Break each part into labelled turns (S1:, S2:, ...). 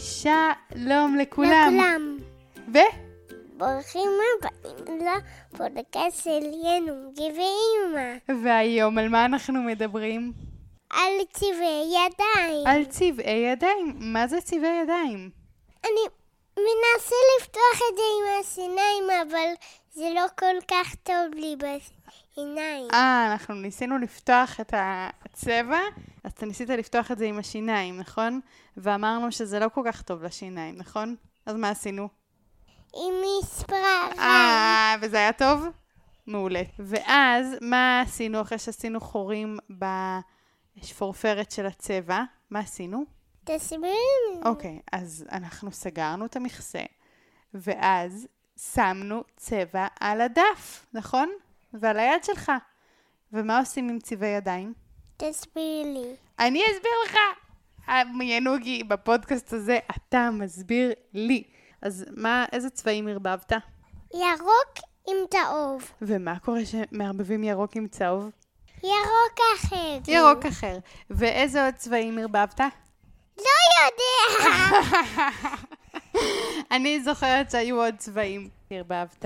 S1: שלום לכולם.
S2: לכולם.
S1: ו-
S2: ברוכים הבאים לפודקאסט שלנו, גבעימה,
S1: והיום על מה אנחנו מדברים?
S2: על צבעי ידיים.
S1: על צבעי ידיים. מה זה צבעי ידיים?
S2: אני מנסה לפתוח את זה עם השיניים, אבל זה לא כל כך טוב לי בשיניים.
S1: אה, אנחנו ניסינו לפתוח את הצבע, אז אתה ניסית לפתוח את זה עם השיניים, נכון? ואמרנו שזה לא כל כך טוב לשיניים, נכון? אז מה עשינו?
S2: עם מספרה.
S1: אה, וזה היה טוב? מעולה. ואז, מה עשינו אחרי שעשינו חורים בשפורפרת של הצבע? מה עשינו?
S2: תסבירי לי.
S1: אוקיי, אז אנחנו סגרנו את המכסה, ואז שמנו צבע על הדף, נכון? ועל היד שלך. ומה עושים עם צבעי ידיים?
S2: תסבירי לי.
S1: אני אסביר לך! אה, ינוגי, בפודקאסט הזה אתה מסביר לי. אז מה, איזה צבעים ערבבת?
S2: ירוק עם צהוב.
S1: ומה קורה שמערבבים ירוק עם צהוב?
S2: ירוק אחר.
S1: ירוק אחר. ואיזה עוד צבעים ערבבת?
S2: לא יודע.
S1: אני זוכרת שהיו עוד צבעים. ערבבת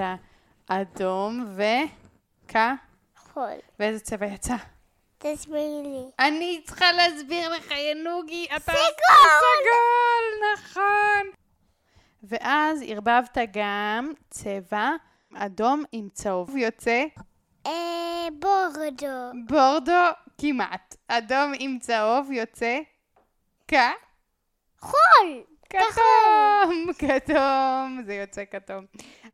S1: אדום ו... כ...
S2: חול.
S1: ואיזה צבע יצא?
S2: תסבירי לי.
S1: אני צריכה להסביר לך, ינוגי, אתה... סגול! סגול, נכון. ואז ערבבת גם צבע אדום עם צהוב יוצא
S2: אה, בורדו.
S1: בורדו כמעט. אדום עם צהוב יוצא כ...
S2: חול!
S1: כתום, כתום, זה יוצא כתום.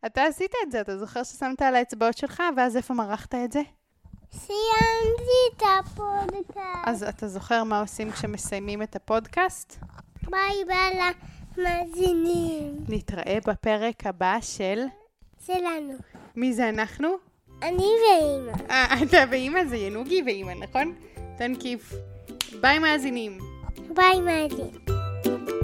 S1: אתה עשית את זה, אתה זוכר ששמת על האצבעות שלך, ואז איפה מרחת את זה?
S2: סיימתי את הפודקאסט.
S1: אז אתה זוכר מה עושים כשמסיימים את הפודקאסט?
S2: ביי ביי למאזינים
S1: נתראה בפרק הבא של...
S2: שלנו.
S1: מי זה אנחנו?
S2: אני ואימא.
S1: אה, אתה ואימא זה ינוגי ואימא, נכון? תן כיף. ביי מאזינים.
S2: ביי מאזין.